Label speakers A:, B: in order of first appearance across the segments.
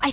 A: I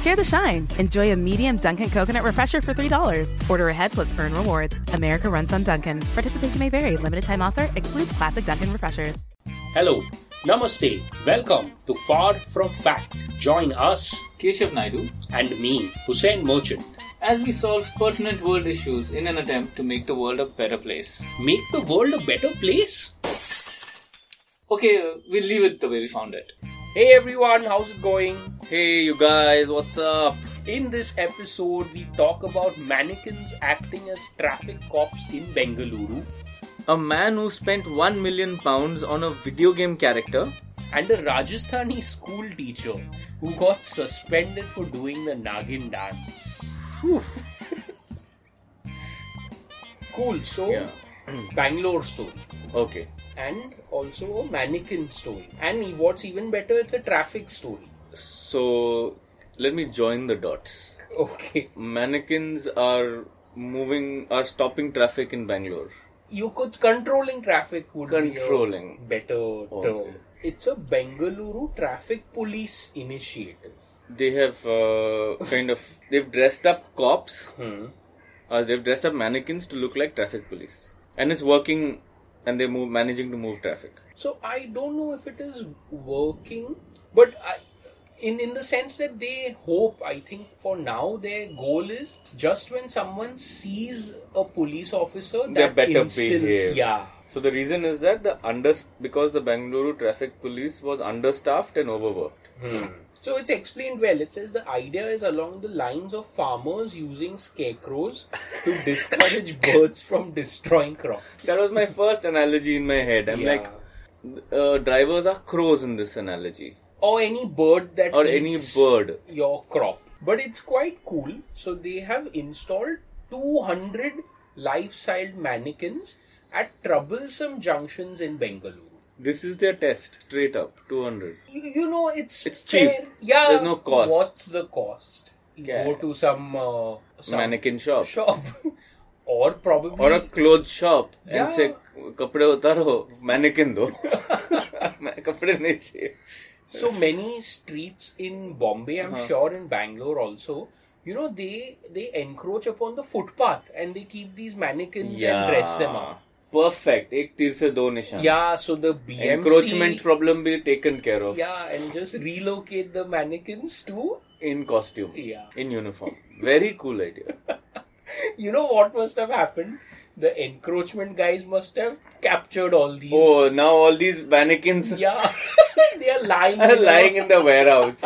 B: Share the shine. Enjoy a medium Dunkin' coconut refresher for $3. Order ahead plus earn rewards. America runs on Dunkin'. Participation may vary. Limited time offer excludes classic Dunkin' refreshers.
C: Hello, Namaste, welcome to Far From Fact. Join us
D: Keshav Naidu,
C: and me, Hussein Merchant.
D: as we solve pertinent world issues in an attempt to make the world a better place.
C: Make the world a better place?
D: Okay, uh, we'll leave it the way we found it.
C: Hey everyone, how's it going?
D: Hey, you guys, what's up?
C: In this episode, we talk about mannequins acting as traffic cops in Bengaluru
D: A man who spent 1 million pounds on a video game character.
C: and a Rajasthani school teacher who got suspended for doing the Nagin dance. cool, so
D: Yeah.
C: Bangalore story.
D: Okay.
C: and also a mannequin story. And e- what's even better, it's a traffic story.
D: So, let me join the dots.
C: Okay.
D: Mannequins are moving, are stopping traffic in Bangalore.
C: You could controlling traffic would
D: Controlling.
C: be a better
D: Okay.
C: term. It's a Bengaluru traffic police initiative.
D: They have uh, kind of, they've dressed up cops, uh, they've dressed up mannequins to look like traffic police. And it's working, and they're move, managing to move traffic.
C: So I don't know if it is working, but I, in in the sense that they hope, I think for now their goal is just when someone sees a police officer,
D: they're
C: that
D: better
C: instills-
D: behaved.
C: Yeah.
D: So the reason is that the under because the Bangalore traffic police was understaffed and overworked.
C: Hmm. So it's explained well. It says the idea is along the lines of farmers using scarecrows to discourage birds from destroying crops.
D: That was my first analogy in my head. I'm
C: Yeah.
D: like, uh, drivers are crows in this analogy,
C: or any bird that
D: or any
C: eats
D: bird.
C: your crop. But it's quite cool. So they have installed 200 life-sized mannequins at troublesome junctions in Bengaluru.
D: This is their test, straight up, 200.
C: You, you know it's
D: It's
C: fair.
D: cheap.
C: Yeah.
D: There's no cost.
C: What's the cost? You
D: Yeah.
C: Go to some, uh, some
D: Mannequin shop.
C: shop or probably
D: Or a clothes shop
C: Yeah.
D: and say, "Kapde utaro, mannequin do." Kapde niche.
C: so many streets in Bombay, I'm
D: Uh-huh.
C: sure in Bangalore also. You know they they encroach upon the footpath and they keep these mannequins and dress them up.
D: Perfect. Ek tir se do nishan.
C: Yeah, so the BMC
D: Encroachment problem be taken care of.
C: Yeah, and just relocate the mannequins to
D: in costume
C: Yeah.
D: in uniform very cool idea
C: you know what must have happened. The encroachment guys must have captured all these.
D: oh now all these mannequins
C: yeah, they are lying.
D: are
C: the-
D: lying in the warehouse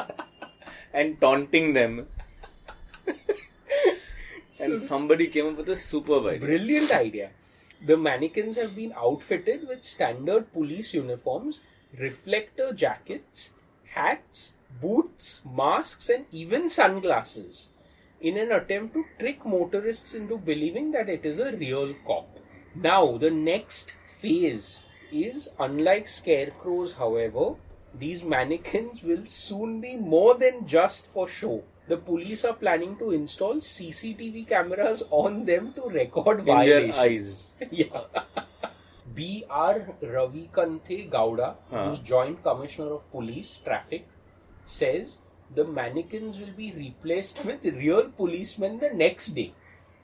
D: and taunting them and somebody came up with a superb idea
C: Brilliant idea. The mannequins have been outfitted with standard police uniforms, reflector jackets, hats, boots, masks, and even sunglasses in an attempt to trick motorists into believing that it is a real cop. Now, the next phase is unlike scarecrows, however, these mannequins will soon be more than just for show. The police are planning to install CCTV cameras on them to record
D: in their
C: violations.
D: eyes
C: Yeah. B.R. Ravikanthe Gowda, who's Joint Commissioner of Police Traffic, says the mannequins will be replaced with real policemen the next day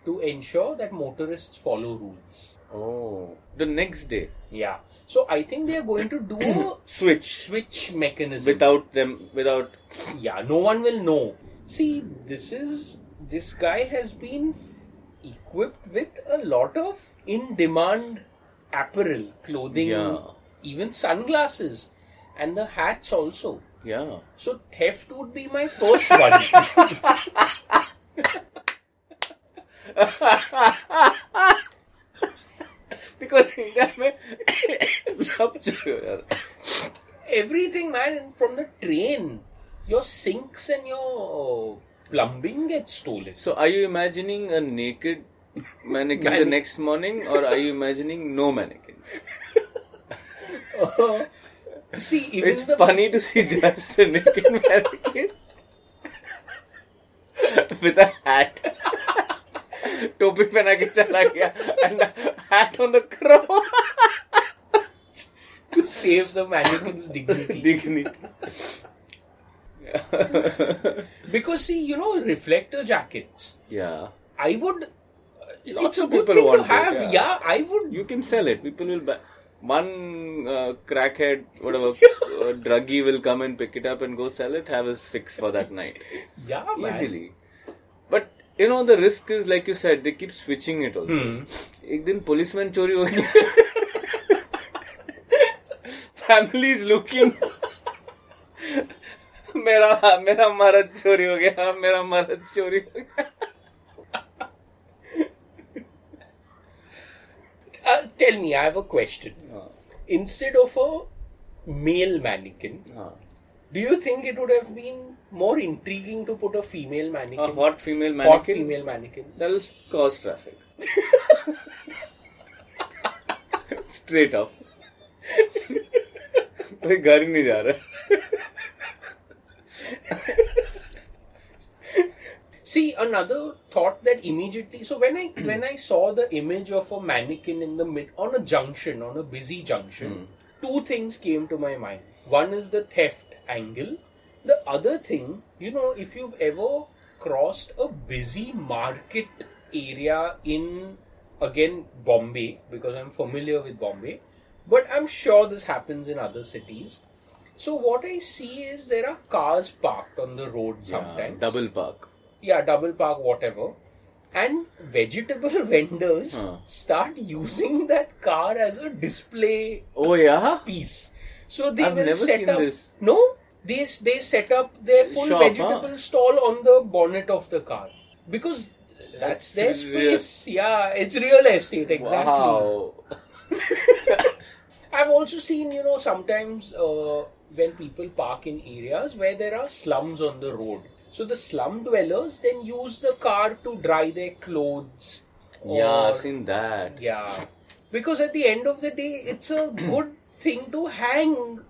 C: to ensure that motorists follow rules.
D: oh the next day
C: Yeah. So I think they are going to do a
D: switch
C: switch mechanism.
D: without them without
C: Yeah, no one will know. See, this is this guy has been equipped with a lot of in-demand apparel, clothing,
D: Yeah.
C: even sunglasses, and the hats also.
D: yeah
C: So theft would be my first one.
D: because India में सब चीज़-
C: Everything, man, from the train, your sinks and your uh, plumbing gets stolen.
D: So are you imagining a naked mannequin the
C: Mannequin.
D: next morning or are you imagining no mannequin?
C: See, even
D: It's
C: the
D: funny to see just a naked mannequin with a hat. टोपी पहना के चला गया and hat on the crow
C: to save the mannequin's dignity.
D: dignity.
C: Because see, you know, reflector jackets.
D: Yeah,
C: I would.
D: Lots
C: it's a
D: of
C: good
D: people
C: thing
D: want
C: to have.
D: it, yeah.
C: yeah. I would.
D: you can sell it. People will buy. One uh, crackhead, whatever uh, druggie will come and pick it up and go sell it. Have his fix for that night.
C: Yeah, man.
D: easily. But you know the risk is like you said, they keep switching it also. एक दिन policeman चोरी हो गया. Family is looking. मेरा मेरा मर्द चोरी हो गया मेरा मर्द चोरी हो गया
C: Uh, tell me, I have a question.
D: हाँ,
C: Instead of a male mannequin,
D: हाँ.
C: do you think it would have been more intriguing to put a female mannequin?
D: A हाँ, hot female mannequin.
C: Hot female mannequin.
D: That'll cause traffic. Straight up. कोई घर ही नहीं जा रहा
C: See another thought that immediately. So when I when I saw the image of a mannequin in the mid on a junction on a busy junction, two things came to my mind. One is the theft angle. The other thing, you know, if you've ever crossed a busy market area in again Bombay, because I'm familiar with Bombay, but I'm sure this happens in other cities. So what I see is there are cars parked on the road sometimes
D: हाँ, Double park.
C: yeah, double park, whatever. And vegetable vendors
D: Huh.
C: start using that car as a display
D: Oh yeah.
C: piece. So they
D: I've
C: will
D: never
C: set
D: seen
C: up
D: this.
C: no, they s- they set up their full
D: Shop,
C: vegetable
D: huh?
C: stall on the bonnet of the car because that's their
D: That's real-
C: space. Yeah, it's real estate exactly.
D: Wow.
C: I've also seen, you know, sometimes uh, when people park in areas where there are slums on the road. So the slum dwellers then use the car to dry their clothes. Or,
D: Yeah, I've seen that.
C: Yeah. Because at the end of the day, it's a good thing to hang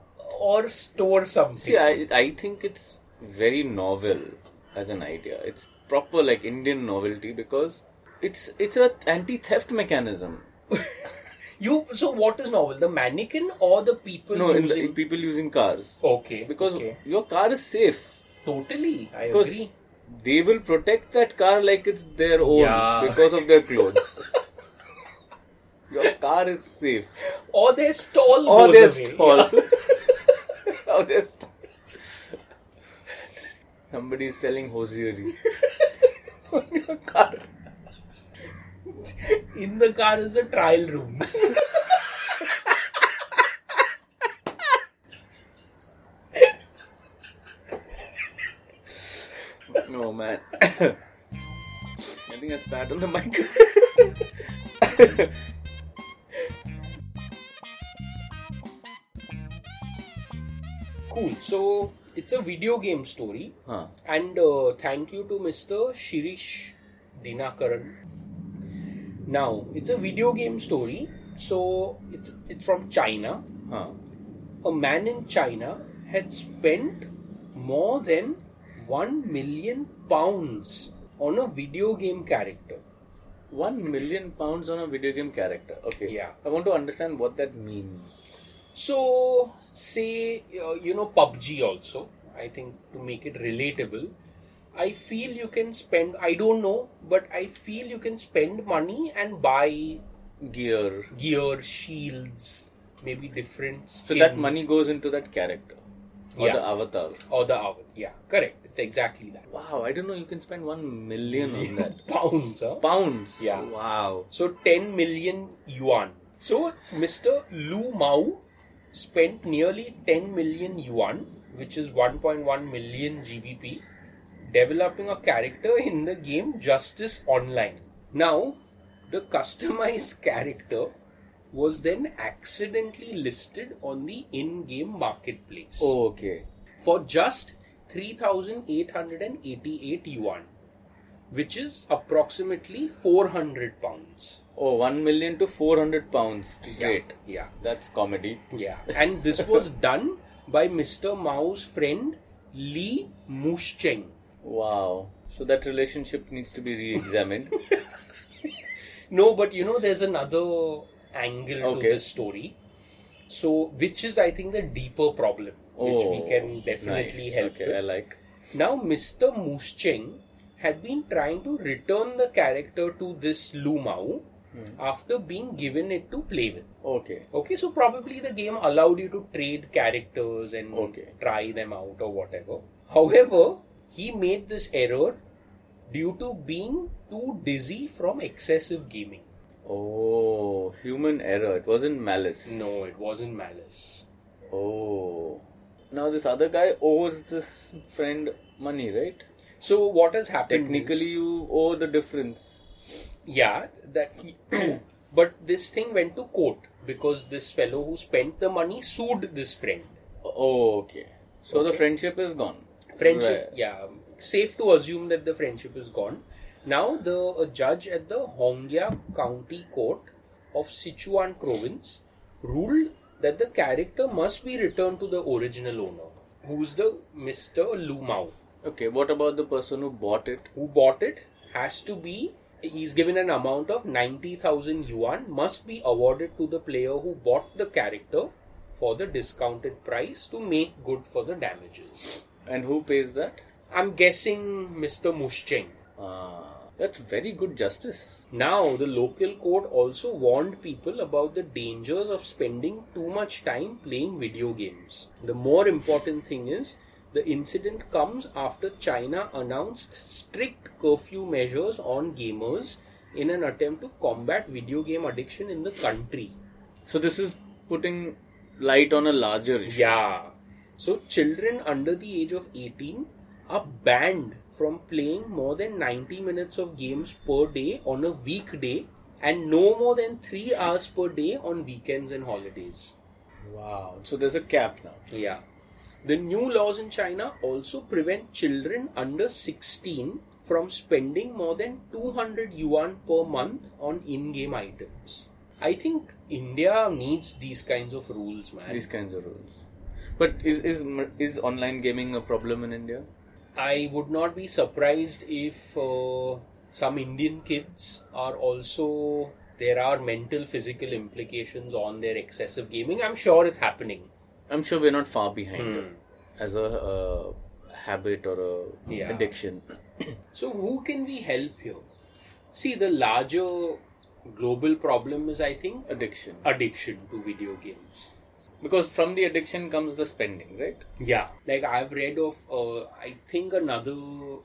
C: or store something.
D: See, I I think it's very novel as an idea. It's proper like Indian novelty because it's it's a anti theft mechanism.
C: you. So what is novel? The mannequin or the people
D: No, in the,
C: using? Oh,
D: people using cars
C: okay.
D: because
C: okay.
D: your car is safe.
C: totally, I
D: Because
C: agree.
D: they will protect that car like it's their own
C: Yeah.
D: because of their clothes. Your car is safe.
C: Or their stall
D: Or
C: goes
D: their
C: away.
D: stall. or their stall. Somebody is selling hosiery. On your car.
C: In the car is the trial room.
D: No man. I think I spat on the mic.
C: Cool. So it's a video game story,
D: huh.
C: and uh, thank you to Mr. Shirish Dinakaran. Now it's a video game story. So it's it's from China.
D: Huh.
C: A man in China had spent more than one million pounds on a video game character.
D: One million pounds on a video game character. Okay.
C: Yeah.
D: I want to understand what that means.
C: So, say, uh, you know, PUBG also, I think to make it relatable, I feel you can spend, I don't know, but I feel you can spend money and buy
D: Gear.
C: gear, shields, maybe different skins.
D: So that money goes into that character or
C: Yeah.
D: the avatar.
C: Or the hour. Yeah, correct. It's exactly that.
D: Wow, I didn't know you can spend one million on that.
C: Pounds, huh?
D: Pounds.
C: Yeah.
D: Wow.
C: So 10 million yuan. So Mr. Lu Mao spent nearly 10 million yuan, which is 1.1 million GBP, developing a character in the game Justice Online. Now, the customized character was then accidentally listed on the in game marketplace
D: Oh, okay.
C: for just 3888 yuan, which is approximately 400 pounds.
D: Oh, 1 million to 400 pounds straight.
C: yeah.
D: That's comedy.
C: Yeah. And this was done by Mr. Mao's friend Li Mushcheng.
D: Wow. So that relationship needs to be re examined.
C: No, but you know, there's another angle to
D: Okay.
C: this story. So, which is, I think, the deeper problem, which we can definitely
D: Oh, nice.
C: help
D: Okay,
C: with.
D: I like.
C: Now, Mr. Mushcheng had been trying to return the character to this Lu Mao
D: Hmm.
C: after being given it to play with.
D: Okay.
C: Okay, so probably the game allowed you to trade characters and
D: Okay.
C: try them out or whatever. However, he made this error due to being too dizzy from excessive gaming.
D: Oh, human error. It wasn't malice.
C: No, it wasn't malice.
D: Oh. Now this other guy owes this friend money, right?
C: So what has happened? is-
D: Technically, you owe the difference.
C: Yeah, that true. but this thing went to court because this fellow who spent the money sued this friend.
D: Oh, okay. So the friendship is gone.
C: Friendship,
D: Right.
C: yeah, safe to assume that the friendship is gone. Now the a judge at the Hongya County Court of Sichuan Province ruled that the character must be returned to the original owner, who's the Mister Lu Mao.
D: Okay, what about the person who bought it?
C: who bought it has to be he's given an amount of 90000 yuan must be awarded to the player who bought the character for the discounted price to make good for the damages
D: And who pays that?
C: i'm guessing mr mushcheng
D: Ah, that's very good justice.
C: now the local court also warned people about the dangers of spending too much time playing video games the more important thing is the incident comes after China announced strict curfew measures on gamers in an attempt to combat video game addiction in the country.
D: So this is putting light on a larger issue.
C: Yeah. So children under the age of 18 are banned from playing more than 90 minutes of games per day on a weekday and no more than 3 hours per day on weekends and holidays.
D: Wow. So there's a cap now.
C: Yeah. The new laws in China also prevent children under 16 from spending more than 200 yuan per month on in-game items. I think India needs these kinds of rules, man.
D: These kinds of rules. But is is is online gaming a problem in India?
C: I would not be surprised if uh, some Indian kids are also there are mental physical implications on their excessive gaming. I'm sure it's happening.
D: I'm sure we're not far behind
C: Hmm.
D: as a uh, habit or a
C: Yeah.
D: addiction.
C: So who can we help here? See, the larger global problem is I think
D: Addiction.
C: addiction to video games.
D: Because from the addiction comes the spending, right?
C: Yeah. Like I've read of, uh, I think another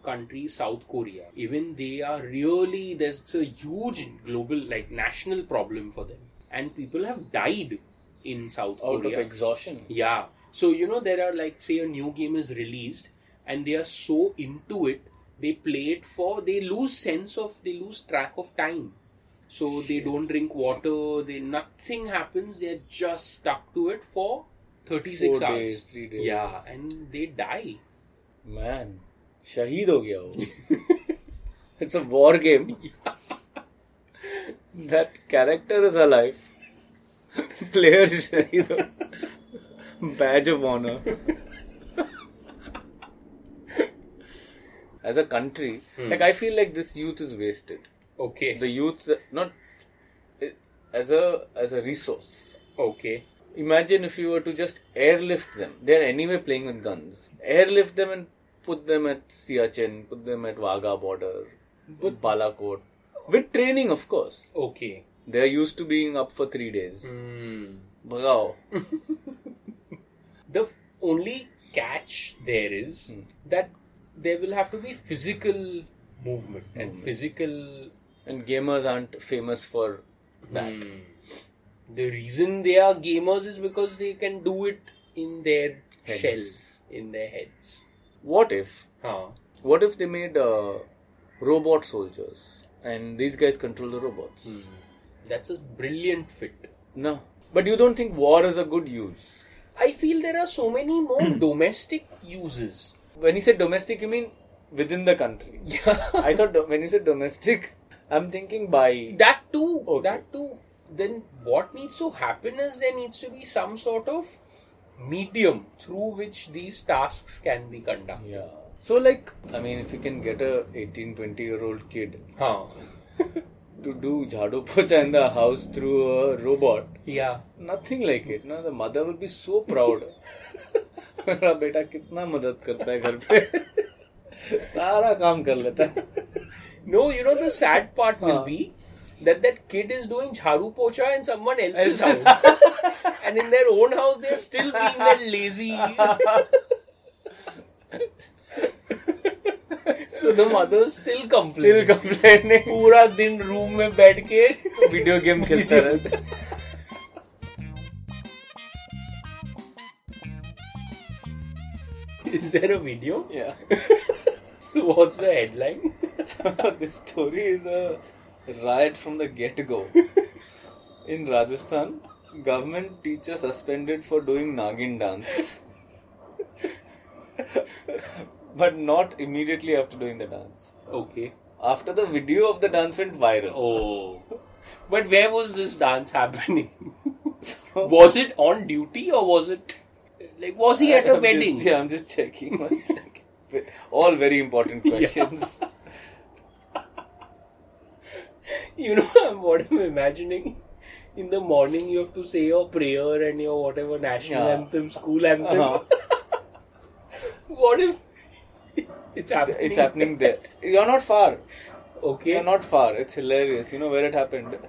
C: country, South Korea. Even they are really, there's it's a huge global, like national problem for them. And people have died in South
D: Out
C: Korea.
D: of exhaustion.
C: yeah. So, you know, there are like, say a new game is released and they are so into it, they play it for, they lose sense of, they lose track of time. So they don't drink water, they nothing happens, they're just stuck to it for 36
D: Four
C: hours.
D: days, three days.
C: Yeah, and they die.
D: Man, shaheed ho gaya wo. It's a war game. that character is alive. Player is shaheed. ho- Badge of honor. As a country, like I feel like this youth is wasted.
C: Okay.
D: The youth, not as a as a resource.
C: okay.
D: Imagine if you were to just airlift them. They're anyway playing with guns. Airlift them and put them at Siachen, put them at Wagah border, Balakot. With training, of course.
C: Okay.
D: They're used to being up for three days. Bhagao.
C: The f- only catch there is
D: Hmm.
C: that there will have to be physical movement and physical.
D: And gamers aren't famous for that.
C: The reason they are gamers is because they can do it in their
D: Heads.
C: shell, in their heads.
D: What if?
C: Huh.
D: What if they made uh, robot soldiers and these guys control the robots?
C: That's a brilliant fit.
D: No. But you don't think war is a good use?
C: I feel there are so many more domestic uses.
D: When you said domestic, you mean within the country.
C: Yeah.
D: I thought do- when you said domestic, I'm thinking by
C: That too.
D: Okay.
C: That too. Then what needs to happen is there needs to be some sort of medium through which these tasks can be conducted.
D: yeah. So like, I mean, if you can get a 18, 20 year old kid
C: Huh.
D: to do jhadu pocha in the house through a robot,
C: Yeah.
D: nothing like it. No, the mother will be so proud. मेरा बेटा कितना मदद करता है घर पे सारा काम कर लेता है
C: No, you know the sad part will be that that kid is doing jharu pocha in someone else's
D: Else's
C: house, and in their own house they're still being that lazy. so the mother's still
D: Still
C: complaining.
D: complaining.
C: पूरा दिन room में बैठ के
D: video game खेलता रहता है
C: Is there a video?
D: Yeah.
C: So what's the headline?
D: this story is a riot from the get-go. In Rajasthan, government teacher suspended for doing Nagin dance. but not immediately after doing the dance.
C: Okay.
D: After the video of the dance went viral.
C: Oh. But where was this dance happening? was it on duty or was it like was he at a
D: I'm
C: wedding?
D: Just, yeah, I'm just checking. One second. All very important questions.
C: You know what I'm imagining? In the morning you have to say your prayer and your whatever national
D: Yeah.
C: anthem, school anthem.
D: Uh-huh.
C: What if it's happening?
D: It's happening there. You're not far.
C: Okay.
D: You're not far. It's hilarious. You know where it happened?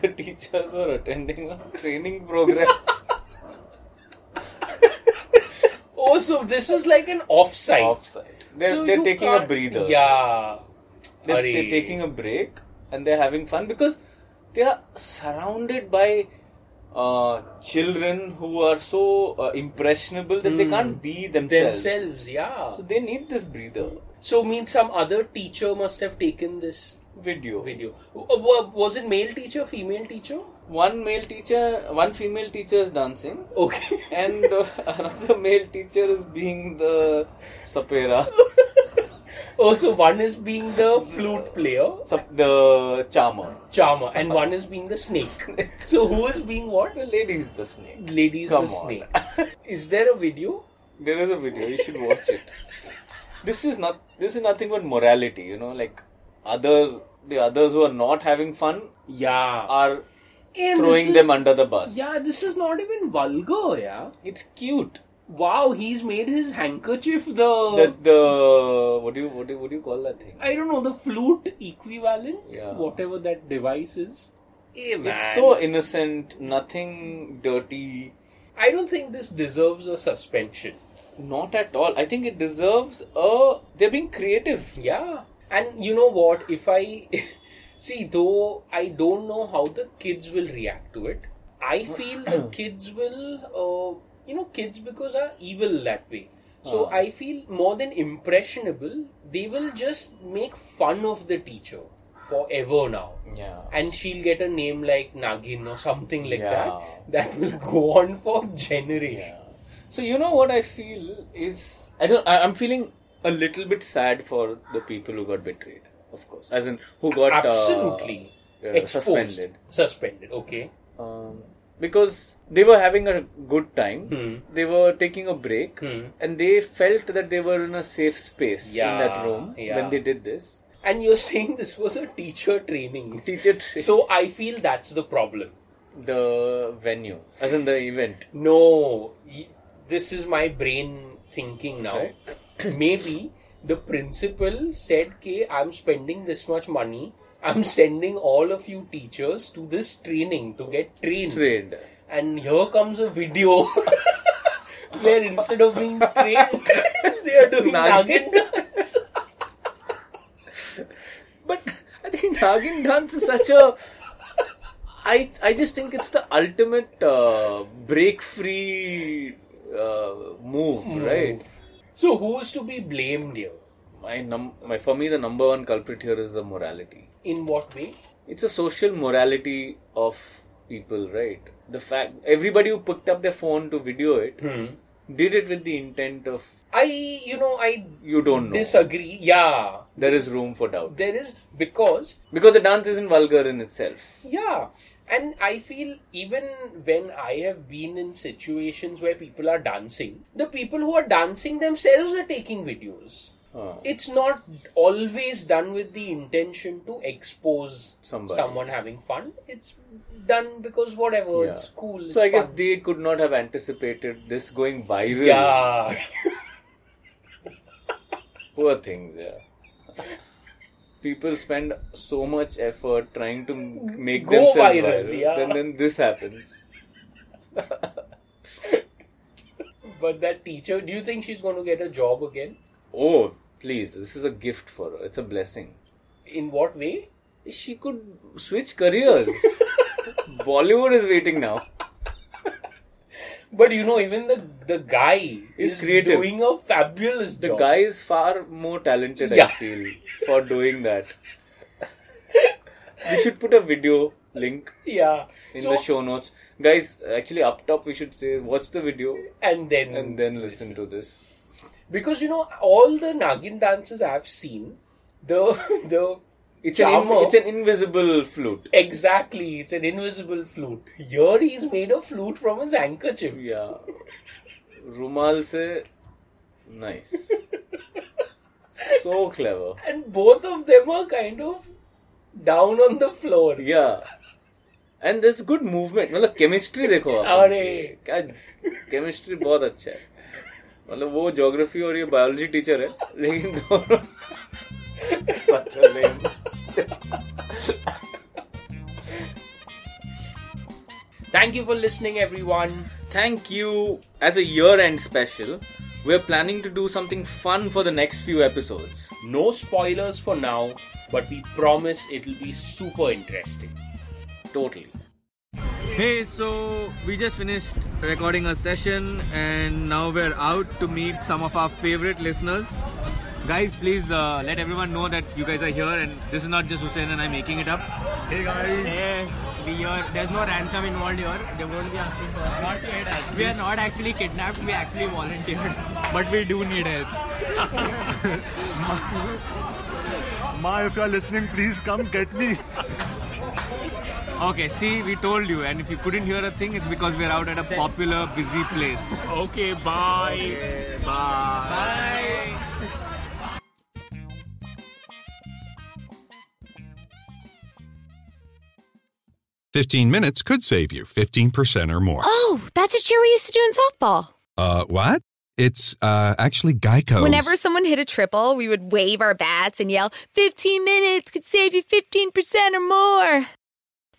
D: The teachers were attending a training program.
C: Oh, so this was like an offsite.
D: offside. They're,
C: So
D: they're
C: you
D: taking a
C: can't-
D: breather.
C: Yeah.
D: They're,
C: Hurry.
D: they're taking a break and they're having fun because they are surrounded by uh, children who are so uh, impressionable that they can't be themselves.
C: Hmm. themselves. Yeah.
D: So they need this breather.
C: So means some other teacher must have taken this
D: Video.
C: video. Uh, wa- Was it male teacher, female teacher?
D: One male teacher, one female teacher is dancing.
C: Okay.
D: and uh, another male teacher is being the sapera,
C: Oh, so one is being the flute player,
D: sap- the charmer.
C: charmer, and one is being the snake. So who is being what?
D: The lady is the snake.
C: Lady is
D: Come
C: the
D: on.
C: snake. Is there a video?
D: There is a video. You should watch it. This is not. This is nothing but morality. You know, like others, the others who are not having fun
C: Yeah.
D: are
C: And
D: Uh, throwing
C: this is-
D: them under the bus.
C: Yeah, this is not even vulgar, yeah.
D: it's cute.
C: Wow, he's made his handkerchief the,
D: The the what do you what do you, what do you call that thing?
C: I don't know, the flute equivalent,
D: Yeah.
C: whatever that device is. Hey, man.
D: It's so innocent. Nothing dirty.
C: I don't think this deserves a suspension.
D: Not at all. I think it deserves a. They're being creative.
C: Yeah. And you know what? If I see, though, I don't know how the kids will react to it. I feel the kids will, uh, you know, kids because are evil that way. So
D: Ah.
C: I feel more than impressionable, they will just make fun of the teacher forever now.
D: Yeah.
C: And she'll get a name like Nagin or something like
D: Yeah.
C: that. That will go on for generations.
D: So you know what I feel is I don't. I, I'm feeling a little bit sad for the people who got betrayed. Of course, as in who got uh,
C: Absolutely.
D: uh,
C: Exposed.
D: suspended.
C: Suspended, okay.
D: Um, because they were having a good time.
C: Hmm.
D: They were taking a break, and they felt that they were in a safe space in that
C: Yeah,
D: room
C: yeah.
D: when they did this.
C: And you're saying this was a teacher training.
D: Teacher trained
C: So I feel that's the problem.
D: the venue, as in the event.
C: No, y- this is my brain thinking now.
D: Right.
C: Maybe the principal said, "K, I'm spending this much money. I'm sending all of you teachers to this training to get trained."
D: Trade.
C: And here comes a video where instead of being trained, they are doing
D: Nagin.
C: nagin dance.
D: But I think Nagin dance is such a. I I just think it's the ultimate uh, break free uh, move, right?
C: So who's to be blamed here?
D: My num my for me the number one culprit here is the morality.
C: In what way?
D: It's a social morality of people, right? The fact everybody who picked up their phone to video it did it with the intent of
C: I, you know, I
D: you don't know.
C: disagree. Yeah,
D: There is room for doubt
C: there is because
D: because the dance isn't vulgar in itself.
C: Yeah. And I feel even when I have been in situations where people are dancing, the people who are dancing themselves are taking videos.
D: Oh.
C: It's not always done with the intention to expose
D: Somebody.
C: someone having fun. It's done because whatever, it's
D: Yeah.
C: cool.
D: So
C: it's
D: I guess
C: fun.
D: they could not have anticipated this going viral.
C: Yeah.
D: Poor things, yeah. People spend so much effort trying to m- make
C: Go
D: themselves
C: viral,
D: viral,
C: yeah.
D: then then this happens.
C: but that teacher, do you think she's going to get a job again?
D: Oh, please! This is a gift for her. It's a blessing.
C: In what way?
D: She could switch careers. Bollywood is waiting now.
C: But you know, even the the guy
D: He's
C: is
D: creative.
C: doing a fabulous
D: The
C: job.
D: guy is far more talented, I
C: Yeah.
D: feel, for doing that. we should put a video link
C: yeah.
D: in
C: So-
D: the show notes. Guys, actually, up top, we should say, watch the video
C: and then
D: and then listen to this.
C: because you know all the nagin dances I've seen, the the
D: It's an, in-
C: charmer-
D: it's an invisible flute.
C: exactly it's an invisible flute. Here he's made a flute from his handkerchief.
D: Yeah. Rumal se, nice. so clever.
C: and both of them are kind of down on the floor.
D: Yeah. And there's good movement. मतलब chemistry देखो आप
C: अरे।
D: उनकी। क्या chemistry बहुत अच्छा है मतलब वो ज्योग्राफी और ये बायोलॉजी टीचर है लेकिन दोनों Such a lame.
C: Thank you for listening, everyone.
D: Thank you. As a year end special, we're planning to do something fun for the next few episodes.
C: No spoilers for now, but we promise it'll be super interesting.
D: Totally. Hey, so we just finished recording a session and now we're out to meet some of our favorite listeners. Guys, please uh, let everyone know that you guys are here and this is not just Hussein and I making it up. Hey guys.
E: We are, there's no ransom involved here. They won't be asking for not help. We are not actually kidnapped. We actually volunteered, but we do need help.
F: Ma, if you are listening, please come get me.
E: Okay, see, we told you, and if you couldn't hear a thing, it's because we're out at a popular, busy place. Okay, bye. Bye. Bye.
G: Fifteen minutes could save you fifteen percent or more.
H: Oh, that's a cheer we used to do in softball.
G: Uh, what? It's uh actually Geico.
H: Whenever someone hit a triple, we would wave our bats and yell, 15 minutes could save you 15% or more.